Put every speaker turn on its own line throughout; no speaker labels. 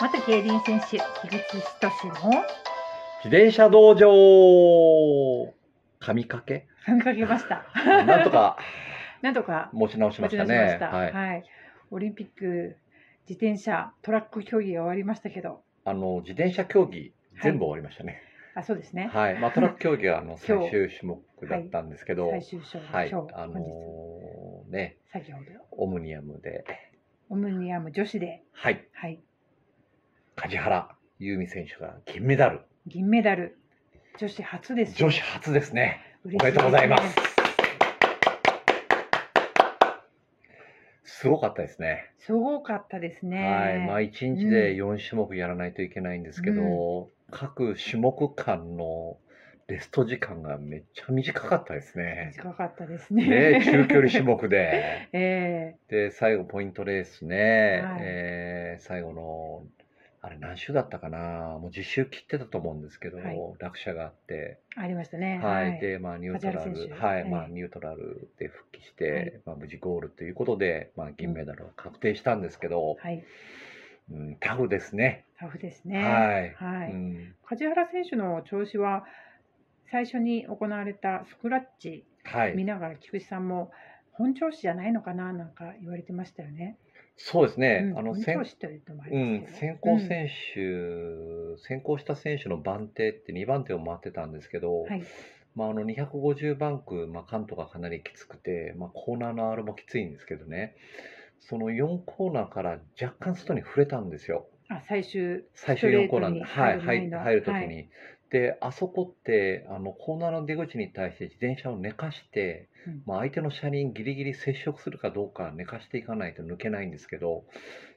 元競輪選手、樋口仁の
自転車道場神掛 け
見かけました。
なんとか
なんとか
持ち直しま
持ち
した
出しま
ね。
した。
はい、
はい。オリンピック、自転車、トラック競技が終わりましたけど、
あの自転車競技
はい
全部終わりましたね。
あ、そうですね。
はい。まあトラック競技はあの 最
今日
終種目だったんですけど、は
最終
い。
章の
はい
今日、
あ
本日、
のーね
先ほど、
オムニアムで、
オムニアム女子で、
はい。
はい、
梶原優美選手が金メダル。
銀メダル、女子初ですよ。
女子初ですね。
お
おめでとうございます。すごかったですね。
すごかったです
はい、
ね。
まあ一日で4種目やらないといけないんですけど、各種目間のレスト時間がめっちゃ短かったですね。
短かったです
ね
ね。
中距離種。目で、
え
で最後ポイントレースね、
はい
えー最後のあれ何周だったかな、もう10周切ってたと思うんですけど、
はい
落車があって、
えありましたね。
はい、でまあニュートラル
梶原選手
はい、
ええ
まあニュートラルで復帰して、
はい
まあ無事ゴールということで、まあ銀メダルは確定したんですけど、
はい、
うん、タフですね。
タフですね。
はい
はい
うん
梶原選手の調子は最初に行われたスクラッチ
はい
見、ながら菊池さんも本調子じゃないのかななんか言われてましたよね。
そうですね、
うん
あの
本
先
調子というともあ
う
り
ん
ま、すけど
先行選手、先行した選手の番手って2番手を回ってたんですけど、
うんはい
まあ、あの250バンク、まあ、関東がかなりきつくて、まあ、コーナーの R もきついんですけどね、その4コーナーから若干外に触れたんですよ、
あ最終
最終4コーナー、
ストレ
は
ー
い、
トに
入入るときに。
はい
で、あそこってあのコーナーの出口に対して自転車を寝かして、
うん
まあ、相手の車輪ギリギリ接触するかどうか寝かしていかないと抜けないんですけど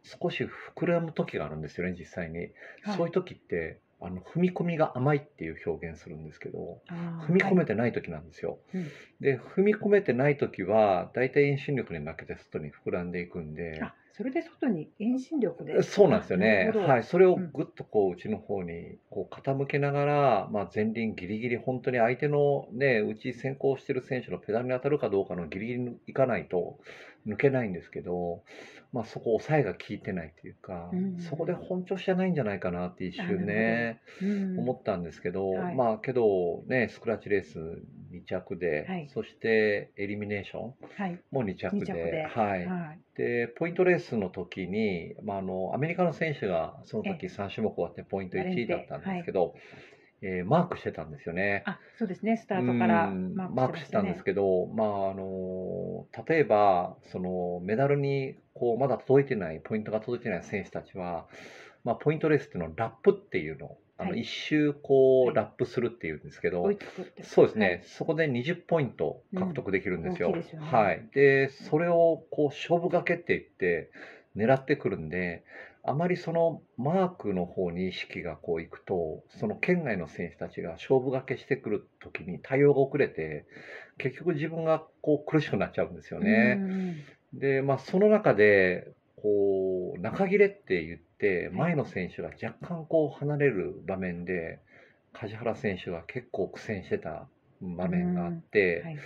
少し膨らむ時があるんですよね実際に、
はい
そういう時ってあの踏み込みが甘いっていう表現するんですけど
あー
踏み込
は
め
い
てない時なんですよ、
うん
で踏み込めてない時は大体遠心力に負けて外に膨らんでいくんで
あそれで外に遠心力で
そうなんですよね
なる。ほど
はい、それをぐっとこう内の方にこう傾けながら、まあ前輪ギリギリ本当に相手のねうち先行してる選手のペダルに当たるかどうかのギリギリにいかないと抜けないんですけど、まあそこ抑えが効いてないというか、
うん
そこで本調子じゃないんじゃないかなって一瞬ね
うん
思ったんですけど、
はい
まあけどねスクラッチレース2着で、
はい
そしてエリミネーション
はい
も2着で、
二着で
はい。
はい
でポイントレースの時に、まあ、あのアメリカの選手がその時3種目終わってポイント
バレンテ
1位だったんですけど、えーマークしてたんですよね。
あそうですねスタートから
うん
マ
マ
ー
ー
ク
ク
し
してて
ました
たん
ね
ですけど、まああの例えばそのメダルにこうまだ届いてないポイントが届いてない選手たちは、まあ、ポイントレースっていうのはラップっていうのあの
はい
1周こ
は
う
い
ラップするっていうんですけど、
追いつくって
そうですね、
はい
そこで20ポイント獲得できるんですよ。
うん大きいですよね
はい、でそれをこう勝負がけって言って狙ってくるんであまりそのマークの方に意識がこういくとその県外の選手たちが勝負がけしてくる時に対応が遅れて結局自分がこう苦しくなっちゃうんですよね。
うん
で、まあ、その中でこう中切れって言って前の選手が若干こう離れる場面で梶原選手が結構苦戦してた場面があって、
はい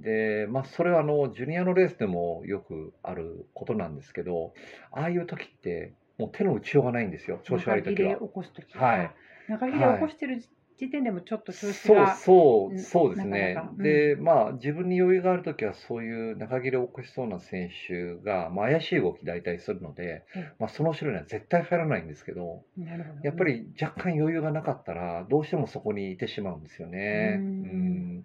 で、まあ、それはあのジュニアのレースでもよくあることなんですけどああいう時ってもう手の打ちようがないんですよ調子悪い
中切
時
れ
は。
起こす時
はい
中切れ起こしてる時点でもちょっと調子
そう
が
そううんそうですね。
なかなかうん
でまあ自分に余裕がある時はそういう中切れを起こしそうな選手が、まあ、怪しい動き大体するので
ええ、
まあ、その後ろには絶対入らないんですけど
なるほど
やっぱり若干余裕がなかったらどうしてもそこにいてしまうんですよね。
うん
うん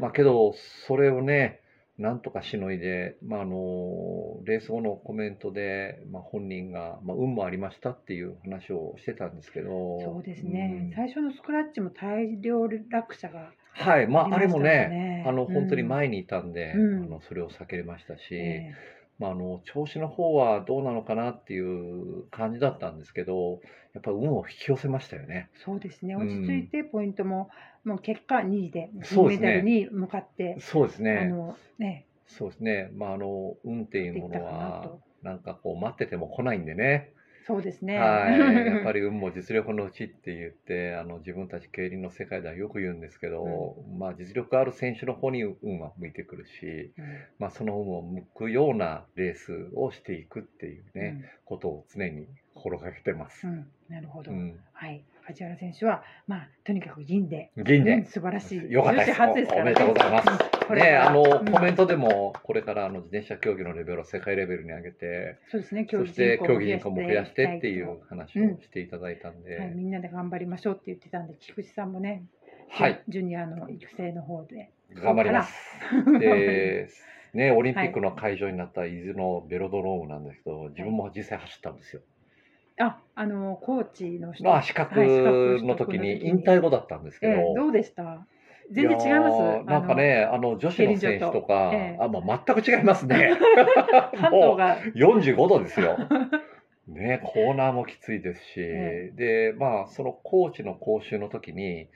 まあ、けど、それをね、なんとかしのいで、まあ、あのレース後のコメントで、まあ、本人が、まあ、運もありましたっていう話をしてたんですけど、
そうです
うん
ね、最初のスクラッチも大量落車が
はい、まあ、あ
あり
れ
ました
も
よ
ね、
ね。
あの
うん
本当に前にいたんで、
うん
あのそれを避けれましたし、
え
まあ、あの調子の方はどうなのかなっていう感じだったんですけど、やっぱ運を引き寄せましたよね。
えそうですね、
うん
落ち着いてポイントも、もう結果2位で、銀
そう
メ
ですね
ダルに向かって、
そうです
あ
ね。
のね、
そうですね。まあ、あの運っていうもの
やっていったかな
は
と、
なんかこう待ってても来ないんでね。
そうですね、
はい、やっぱり運も実力のうちって言ってあの自分たち競輪の世界ではよく言うんですけど、まあ、実力ある選手の方に運は向いてくる し、
うん
まあ、その運を向くようなレースをしていくっていうね、ことを常に心がけてます。
うん、なるほど。
うん、
はい、梶原選手は、まあ、とにかく銀で。
銀
うん
で、
素晴らしい。
よかったです
女子初ですからね
おおめでとうございます。
うんこれか
ね、
ら
あの、
うん
コメントでもこれからあの自転車競技のレベルを世界レベルに上げて
そうですね。競
そ
技
して
人口も増
競技
や
人口も増やしてってい
は
う話をしていただいたんで、
はい、みんなで頑張りましょうって言ってたんで、菊池さんもね、
はい、
ジュニアの育成の方で。
頑張ります。
で、
で、ね、オリンピックの会場になった伊豆のベロドロームなんですけど、自分も実際走ったんですよ。
あ、あのコーチの人。
まあ、資格
はい資格
の時に
取
引
得の時
退後だったんですけど、
ええ、どうでした。全然違いま
やー
す。
なんかね、あの女子の選手とか、
ええ
あ、まあ、全く違います ね。
あの。関東が。
45度ですよ。 ね、コーナーもきついですし、
え、
で、まあ、そのコーチの講習の時に、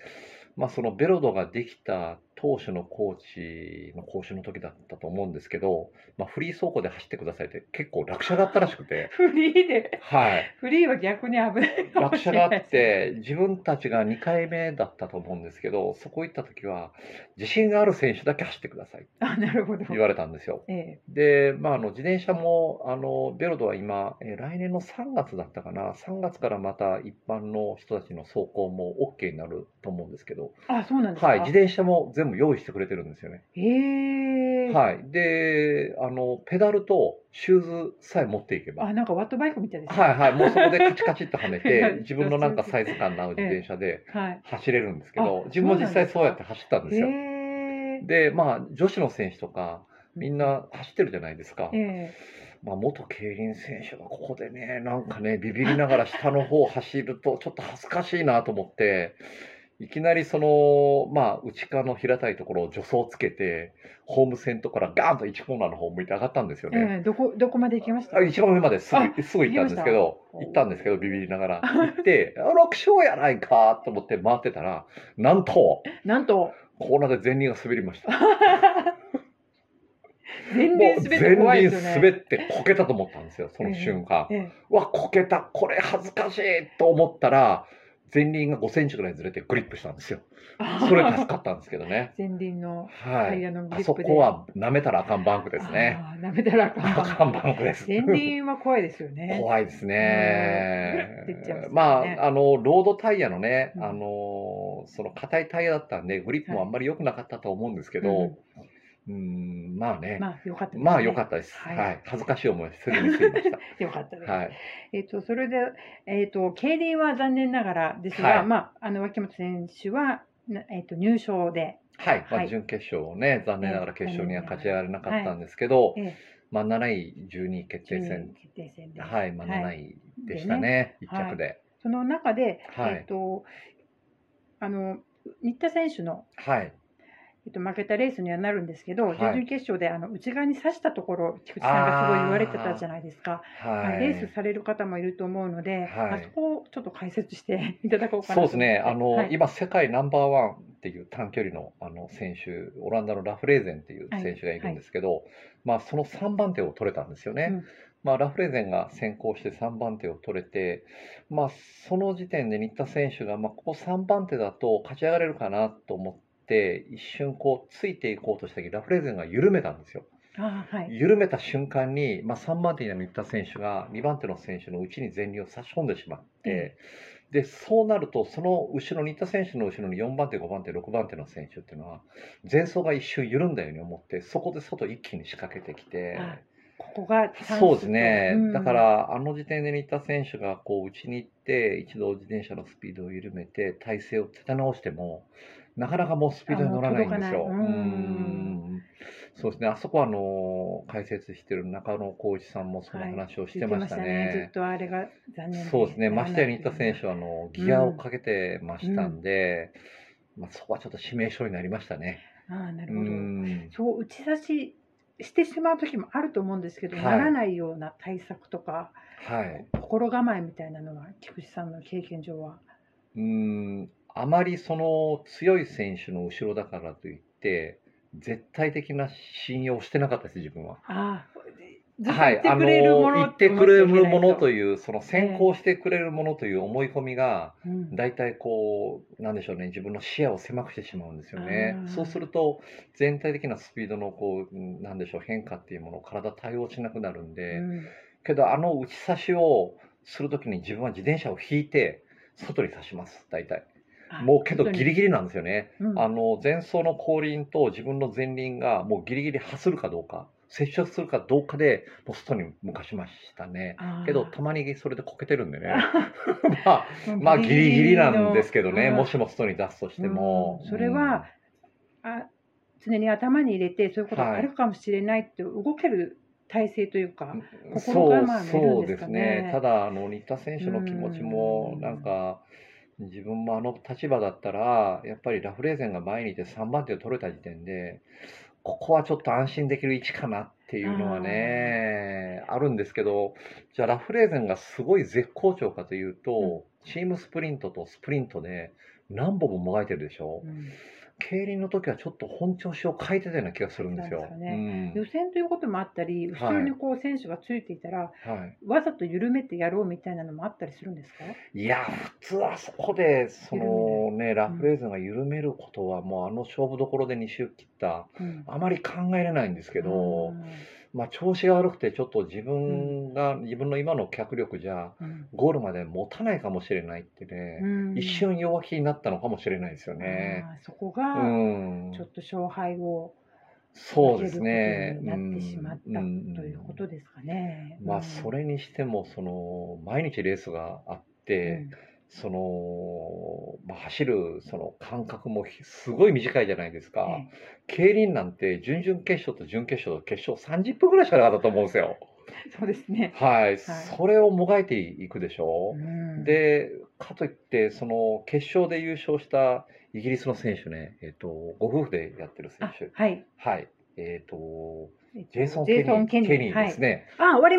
まあ、そのベロドができた当初のコーチの講習の時だったと思うんですけど、まあ、フリー走行で走ってくださいって結構落車があったらしくて
フリーで。
はい、
フリーは逆に危ないかも
落
しれ
車
な
が
い。
あって、自分たちが2回目だったと思うんですけど、そこ行った時は、自信がある選手だけ走ってくださいって
あ、なるほど。
言われたんですよ。
ええ、
で、まあ、あの自転車もあのベロドは今、えー来年の3月だったかな、3月からまた一般の人たちの走行も OK になると思うんですけど、
あ、そうなんですか。
はい、自転車も全部用意してくれてるんですよね。
ええ
はい、であの、ペダルとシューズさえ持っていけば、
あ、なんかワットバイクみたいですね。
はいはい、もうそこでカチカチっとはめ
いや
て、自分のなんかサイズ感の合う自転車で
はい。
走れるんですけ
あ
ど、自分も実際そうやって走ったんですよ。
ええ。
で、まあ、女子の選手とか、みん。な走ってるじゃないですか。
ええ。
まあ、元競輪選手がここでね、なんかね、ビビりながら下の方を走ると、ちょっと恥ずかしいなと思って、いきなりその、まあ、内側の平たいところを助走をつけて、ホームセントからガーンと1コーナーの方を向いて上がったんですよね。
ええ、どこ、どこまで行きました。
あ一番上まですぐすぐ行ったんですけど、
行きました
行ったんですけど、ビビりながら、 行って、あ楽勝やないかと思って回ってたら、なんと、
なん と。
コーナーで前輪が滑りました。
全
も
然
う
滑
前
って怖い
輪
ですよ
滑
ね。
ってこけたと思ったんですよ、その瞬間。
ええ
うわこけたこれ恥ずかしいと思ったら前輪が5センチぐらいずれてグリップしたんですよ それ助かったんですけどね
前輪の
は
タイ
い
ヤのグ
あ
リッ
そ
プで。
こは舐めたらあかんバンクですね
あー。舐めたらあかん
あ
バ
か
ン
んバンクです
前輪は怖いですよね。
怖いです
うんグラッていっちゃいます
ね
よね
まああのロードタイヤのね
うん
あのその硬いタイヤだったんでグリップもあんまり良くなかったと思うんですけどうんまあね
まあ良かったですね。
まあ良かったです、
はい
はい、恥ずかしい思いせずに済みまし
良かったです。
た、はい、
えっ、とそれでえっ、と競輪は残念ながらですが、
はい
まああの脇本選手はなえっ、と入賞で、
はい、
は
まあ、
い
準決勝をね、残念ながら
ね
決勝には勝ち上がれなか
は
っ
い
たんですけど、
え
まあ、7位、12位決
え
定戦、
決定戦で、
はい、まあ、
はい
7位でしたね、一
はい
着で。
その中で、
はい
えっ、とあの新田選手の
はい、
えっと、負けたレースにはなるんですけど、
はい
準々決勝であの内側に刺したところ菊池さんがすごい言われてたじゃないですか、
は
レース
い。
される方もいると思うので、
はい
まあそこをちょっと解説していただこうかなと
そうですね、あの、
はい
今、世界ナンバーワンっていう短距離のあの選手、オランダのラフレーゼンっていう選手がいるんですけど、まあ、その3番手を取れたんですよね。
うん
まあ、ラフレーゼンが先行して3番手を取れて、まあ、その時点で新田選手が、まあ、ここ3番手だと勝ち上がれるかなと思って、一瞬こうついていこうとした時ラフレーゼンが緩めたんですよ。
あーはい
緩めた瞬間に、まあ、3番手になる新田選手が2番手の選手のうちに前輪を差し込んでしまって、でそうなるとその後ろ新田選手の後ろに4番手5番手6番手の選手っていうのは前走が一瞬緩んだように思ってそこで外一気に仕掛けてきて。
あここがチャンスと
そうですね、
うん
だからあの時点で新田選手がこう内に行って一度自転車のスピードを緩めて体勢を立て直してもなかなかもうスピードに乗らないんですよ。
あ
う
もう届かないうん
んそうですねあそこはあの解説してる中野浩一さんもその話をしてました
言ってずっ
ね。
とあれが残念
そうですねましてや新田選
手
手はあのギアをかけてましたんで、まあ、そこはちょっと致命傷になりましたね。
あーなる
う
ほど、
ん
そう打ち差ししてしまう時もあると思うんですけど、
はい
ならないような対策とか
はい
心構えみたいなのは菊池さんの経験上は
うーんあまりその強い選手の後ろだからといって絶対的な信用をしてなかったです自分は。
ああずっと
は
言っ
い、
て
あ
く
の
れるもの
言ってくれるものと
いう、
いうその先行してくれるものという思い込みが大体こうなんでしょうね自分の視野を狭くしてしまうんですよね
あー。
そうすると全体的なスピードのこううんなんでしょう変化っていうものを体対応しなくなるんで、
うん
けどあの打ち差しをするときに自分は自転車を引いて外に差します大体
あ
もうけど
本当に
ギリギリなんですよね
うん
あの前走の後輪と自分の前輪がもうギリギリ走るかどうか接触するかどうかでもう外に向かしましたね
あー
けどたまにそれでこけてるんでね まあまあギリギリなんですけどね
うん
もしも外に出すとしても
うんそれはあ常に頭に入れてそういうことが
はい
あるかもしれないって動ける体制というか、
うん
心構えもいるん
そうそう
で
です
か
す
ね
ねただあの新田選手の気持ちも
うん
なんか自分もあの立場だったらやっぱりラフレーゼンが前にいて3番手を取れた時点でここはちょっと安心できる位置かなっていうのはねあるんですけどじゃあラフレーゼンがすごい絶好調かというと、チームスプリントとスプリントで何本ももがいてるでしょ、
うん
競輪の時はちょっと本調子を変えてたような気がするんです
そ
よ
う。ですよ予
う
選ということもあったり後ろにこう選手がついていたら、
んはい
わざと緩めてやろうみたいなのもあったりするんですか
いや、普通あそこで、そのね、ラ
うん
フレーズンが緩めることは、もうあの勝負どころで2周切った、
うん
あまり考えれないんですけど、
う
まあ調子が悪くて、ちょっと自分が、自分の今の脚力じゃ、
ん
ゴールまで持たないかもしれないってね、
うん
一瞬弱気になったのかもしれないですよね。
あーそこ
う
が
ん
ちょっと勝敗を
そうですね。
分けることになってしまったと
うん
いうことですかね。
まあ、それにしても、その、毎日レースがあって、
で、
その、まあ、走るその間隔もひすごい短いじゃないですか、
え
競輪なんて準々決勝と準決勝と決勝30分ぐらいしかなかったと思うんですよ。
えそうですね。
はい、それをもがいていくでしょ、
うん、
でかといってその決勝で優勝したイギリスの選手ね、えっとご夫婦でやってる選
あ
手
はい。
はいえっと
えっと
ジェイソン・
ジェイソンケ
ケニ
ニー
ーケニー
は
で
い
すね、
あ終わり